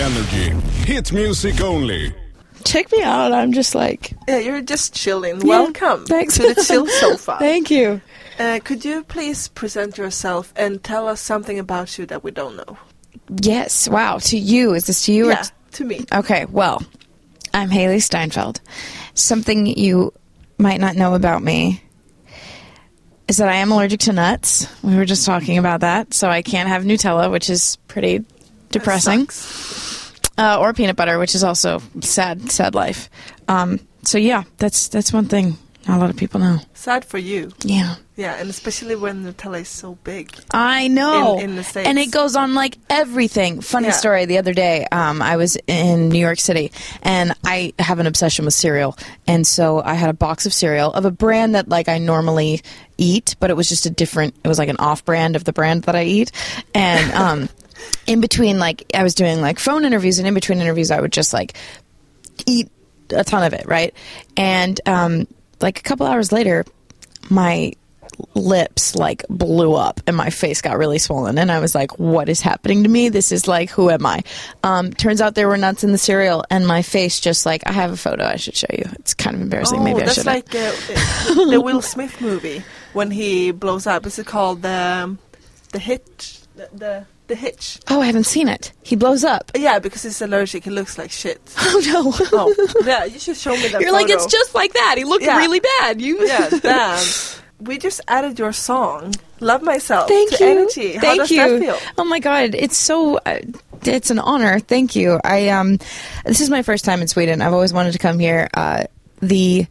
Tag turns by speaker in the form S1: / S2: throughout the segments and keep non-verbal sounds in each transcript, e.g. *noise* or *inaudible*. S1: energy. Hit music only.
S2: Check me out. I'm just like,
S3: Yeah, you're just chilling. Welcome
S2: thanks.
S3: to the
S2: *laughs*
S3: chill sofa.
S2: thank you.
S3: Uh, could you please present yourself and tell us something about you that we don't know?
S2: Yes. Wow. To you. Is this to you?
S3: Yeah,
S2: Or
S3: to me.
S2: Okay, well, I'm Haley Steinfeld. Something you might not know about me is that I am allergic to nuts. We were just talking about that, so I can't have Nutella, which is pretty depressing,
S3: Sucks.
S2: uh, or peanut butter, which is also sad, sad life. Um, so yeah, that's that's one thing not a lot of people know.
S3: Sad for you.
S2: Yeah.
S3: Yeah, and especially when Nutella is so big.
S2: I know.
S3: In- in the States.
S2: And it goes on like everything. Funny
S3: Yeah.
S2: story. The other day, um, I was in New York City and I have an obsession with cereal. And so I had a box of cereal of a brand that like I normally eat, but it was just a different, it was like an off brand of the brand that I eat. And, um, *laughs* in between like I was doing like phone interviews and in between interviews I would just like eat a ton of it, right? And um like a couple hours later my lips like blew up and my face got really swollen and I was like what is happening to me? This is like who am I? Um turns out there were nuts in the cereal and my face just like I have a photo I should show you. It's kind of embarrassing.
S3: oh,
S2: Maybe I
S3: that's
S2: should
S3: like uh, the- the Will Smith movie when he blows up. Is it called the the hitch? The, the the hitch.
S2: Oh, I haven't seen it. He blows up. *laughs*
S3: Yeah, because he's allergic. He looks like shit.
S2: Oh no. *laughs*
S3: Oh, yeah. You should show me that.
S2: You're like
S3: photo.
S2: it's just like that. He looked
S3: Yeah.
S2: really bad. You
S3: yeah. *laughs* Damn. We just added your song, "Love Myself,"
S2: Thank
S3: to
S2: you.
S3: Energy. How
S2: Thank
S3: does
S2: you.
S3: that feel?
S2: Oh my god, it's so uh, it's an honor. Thank you. I um this is my first time in Sweden. I've always wanted to come here. Uh the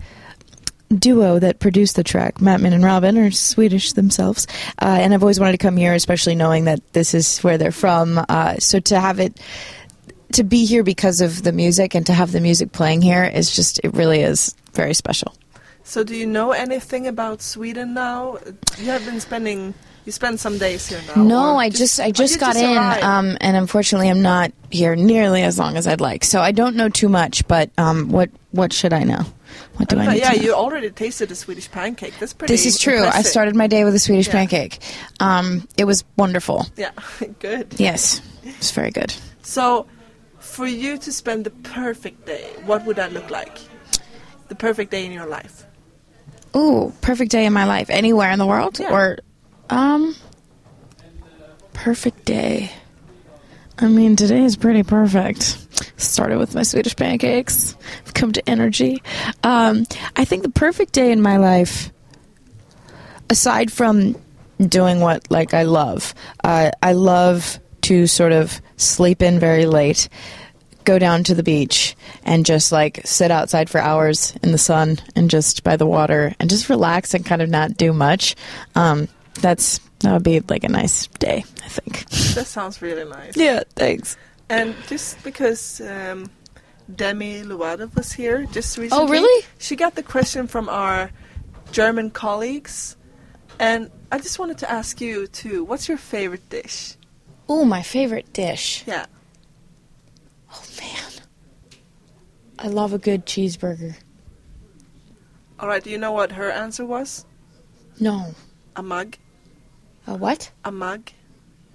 S2: duo that produced the track, Mattman and Robin, are Swedish themselves, uh, and I've always wanted to come here, especially knowing that this is where they're from. Uh, so to have it, to be here because of the music, and to have the music playing here is just it really is very special.
S3: So, do you know anything about Sweden now? You have been spending. You spend some days here now.
S2: No,
S3: or
S2: I just
S3: oh,
S2: I just
S3: you
S2: got in,
S3: arrived.
S2: um, and unfortunately, I'm not here nearly as long as I'd like. So I don't know too much. But um, what what should I know? What do I
S3: But
S2: need?
S3: yeah,
S2: to know?
S3: you already tasted the Swedish pancake. That's pretty.
S2: This is true. I
S3: impressive.
S2: started my day with a Swedish
S3: Yeah.
S2: pancake. Um, it was wonderful.
S3: Yeah, *laughs* good.
S2: Yes, it's very good.
S3: So, for you to spend the perfect day, what would that look like? The perfect day in your life.
S2: Ooh, perfect day in my life. Anywhere in the world,
S3: Yeah.
S2: or um, perfect day. I mean, today is pretty perfect. Started with my Swedish pancakes. I've come to energy. Um, I think the perfect day in my life, aside from doing what like I love, uh, I love to sort of sleep in very late, go down to the beach, and just like sit outside for hours in the sun and just by the water and just relax and kind of not do much. Um, that's that would be like a nice day, I
S3: *laughs*
S2: think.
S3: That sounds really nice.
S2: Yeah, thanks.
S3: And just because um, Demi Lovato was here just recently,
S2: Oh, really?
S3: She got the question from our German colleagues, and I just wanted to ask you too. What's your favorite dish?
S2: Ooh, my favorite dish.
S3: Yeah,
S2: Oh man. I love a good cheeseburger.
S3: all right. Do you know what her answer was?
S2: No.
S3: A mug,
S2: A what?
S3: a mug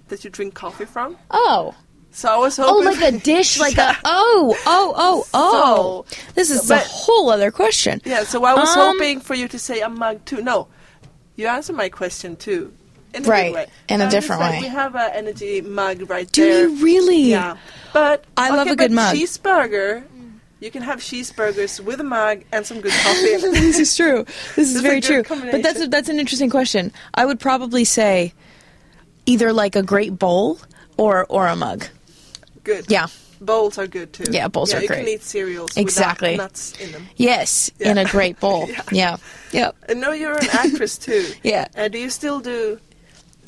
S3: that you drink coffee from.
S2: Oh.
S3: So I was
S2: Oh,
S3: hoping. *laughs*
S2: like a dish, like
S3: Yeah.
S2: a oh, oh, oh, oh.
S3: So-
S2: this is
S3: but-
S2: a whole other question.
S3: Yeah, so I was
S2: Um,
S3: hoping for you to say a mug too. No, you answer my question too. In a
S2: Right,
S3: good way.
S2: in a
S3: I'm just
S2: different
S3: like,
S2: way.
S3: We have an energy mug right
S2: Do
S3: there.
S2: you really?
S3: Yeah, but
S2: I love
S3: okay,
S2: a good
S3: but
S2: mug.
S3: Cheeseburger. You can have cheeseburgers with a mug and some good coffee.
S2: *laughs* this is true. This is
S3: It's a
S2: very
S3: good
S2: true. But
S3: combination.
S2: that's a, that's an interesting question. I would probably say either like a great bowl or or a mug.
S3: good.
S2: Yeah.
S3: Bowls are good too.
S2: Yeah, bowls are
S3: you
S2: great.
S3: can eat cereals
S2: Exactly.
S3: without nuts in them.
S2: Yes,
S3: Yeah.
S2: in a great bowl.
S3: *laughs* Yeah.
S2: yeah. Yeah.
S3: I know you're an
S2: *laughs*
S3: actress too.
S2: Yeah.
S3: Uh, do you still do?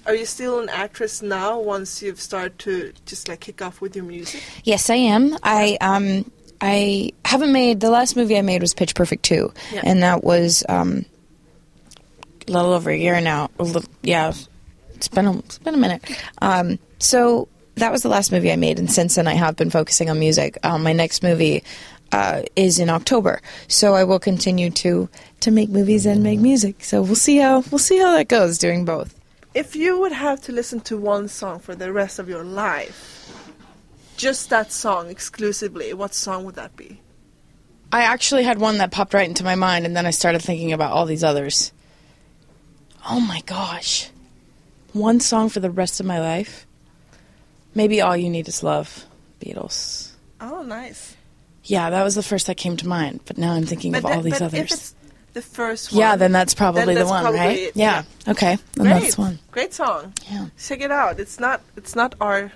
S3: Are you still an actress now? Once you've started to just like kick off with your music.
S2: Yes, I am. I um I haven't made the last movie I made was Pitch Perfect two,
S3: Yeah.
S2: and that was um a little over a year now. A little, yeah, it's been a, it's been a minute. Um, so that was the last movie I made, and since then I have been focusing on music. Um, my next movie uh, is in October, so I will continue to to make movies and make music. So we'll see how we'll see how that goes doing both.
S3: If you would have to listen to one song for the rest of your life, just that song exclusively, what song would that be?
S2: I actually had one that popped right into my mind, and then I started thinking about all these others. Oh my gosh. One song for the rest of my life? Maybe All You Need Is Love, Beatles.
S3: Oh, nice.
S2: Yeah, that was the first that came to mind, but now I'm thinking of
S3: that-
S2: all these
S3: but if
S2: others.
S3: it's the first one.
S2: Yeah, then that's probably
S3: that's
S2: the one,
S3: probably
S2: right?
S3: it,
S2: yeah. Okay. Then
S3: Great.
S2: that's one.
S3: Great song.
S2: Yeah.
S3: Check it out. It's not it's not our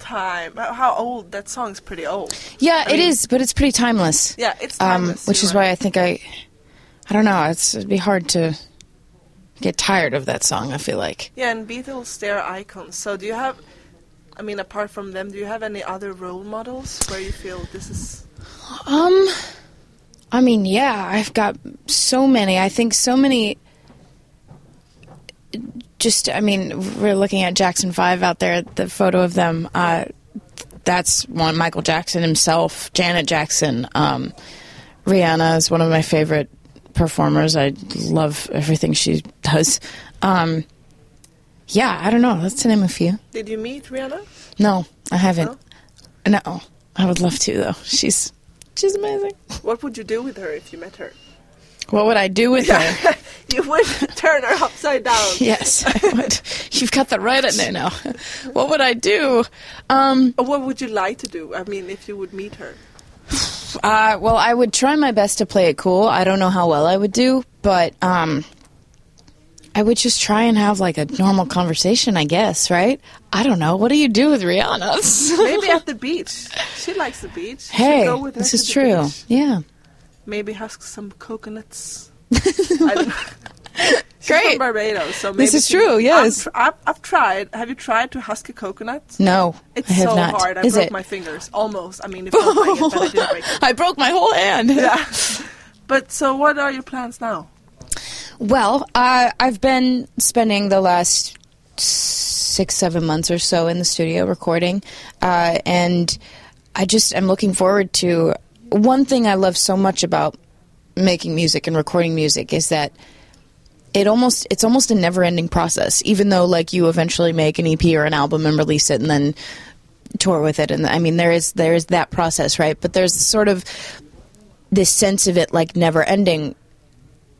S3: time. How- How old that song's pretty old.
S2: Yeah, it
S3: mean-
S2: is, but it's pretty timeless.
S3: Yeah, it's
S2: Um,
S3: timeless,
S2: which
S3: you're
S2: is
S3: right.
S2: why I think I, I don't know. It's, it'd be hard to get tired of that song. I feel like.
S3: Yeah, and Beatles, they're icons. So do you have, I mean, apart from them, do you have any other role models where you feel this is.
S2: Um, I mean, yeah, I've got so many. I think so many. Just, I mean, we're looking at Jackson Five out there. The photo of them. Uh, that's one. Michael Jackson himself, Janet Jackson. Um, Rihanna is one of my favorite performers. I love everything she does. Um, yeah, I don't know. That's to name a few.
S3: Did you meet Rihanna?
S2: No, I haven't. No, I would love to though. She's she's amazing.
S3: What would you do with her if you met her? *laughs*
S2: What would I do with her?
S3: You would *laughs* turn her upside down.
S2: yes, I would. You've got that right in there now. What would I do? Um,
S3: Or what would you like to do? I mean, if you would meet her.
S2: uh, well, I would try my best to play it cool. I don't know how well I would do, but um, I would just try and have like a normal conversation, I guess, right? I don't know. What do you do with Rihanna? *laughs*
S3: Maybe at the beach. She likes the beach. You should
S2: hey,
S3: go with her
S2: this
S3: to
S2: is
S3: the
S2: true.
S3: beach.
S2: Yeah.
S3: Maybe husk some
S2: *laughs*
S3: coconuts. I don't know. She's from
S2: Great.
S3: Barbados, so maybe
S2: This is
S3: she-
S2: true,
S3: I've
S2: yes.
S3: tr- I've, I've tried. Have you tried to husk a coconut?
S2: No,
S3: It's
S2: I have
S3: so
S2: not.
S3: hard. I
S2: is
S3: broke
S2: it?
S3: my *laughs* fingers almost. I mean, if not break it, but I
S2: *laughs*
S3: did break it.
S2: I broke my whole hand.
S3: Yeah. But so, what are your plans now?
S2: Well, uh, I've been spending the last six, seven months or so in the studio recording, uh, and I just am looking forward to one thing I love so much about making music and recording music is that it almost it's almost a never ending process. Even though like you eventually make an EP or an album and release it, and then tour with it, and I mean there is there is that process, right? But there's sort of this sense of it like never ending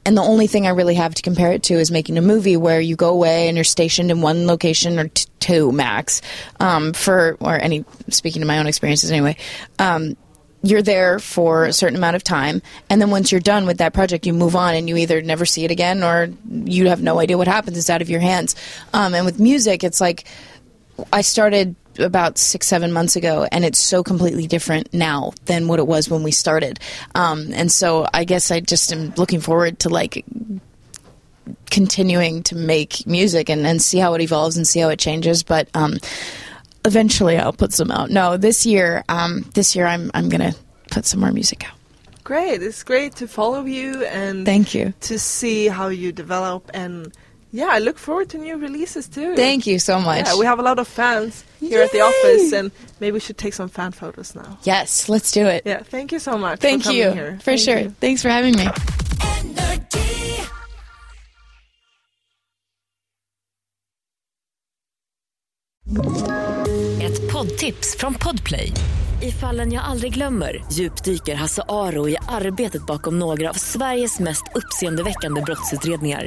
S2: and the only thing I really have to compare it to is making a movie where you go away and you're stationed in one location or t- two max um, for or any speaking to my own experiences anyway. Um, you're there for a certain amount of time, and then once you're done with that project, you move on and you either never see it again or you have no idea what happens. It's out of your hands. Um, and with music, it's like I started about six, seven months ago, and it's so completely different now than what it was when we started. Um, and so I guess I just am looking forward to like continuing to make music and, and see how it evolves and see how it changes. But um, eventually I'll put some out. No, this year, um, this year I'm, I'm going to put some more music out.
S3: Great. It's great to follow you and
S2: Thank you.
S3: to see how you develop and yeah, I look forward to new releases too.
S2: Thank you so much.
S3: Yeah, we have a lot of fans here at the
S2: Yay!
S3: office, and maybe we should take some fan photos now.
S2: yes, let's do it.
S3: Yeah, thank you so much.
S2: Thank
S3: for coming
S2: you.
S3: Here.
S2: For
S3: Thank
S2: sure.
S3: you.
S2: Thanks for having me.
S4: Energy.
S5: Ett poddtips från Podplay. I fallen jag aldrig glömmer djupdyker Hasse Aro i arbetet bakom några av Sveriges mest uppseendeväckande brottsutredningar.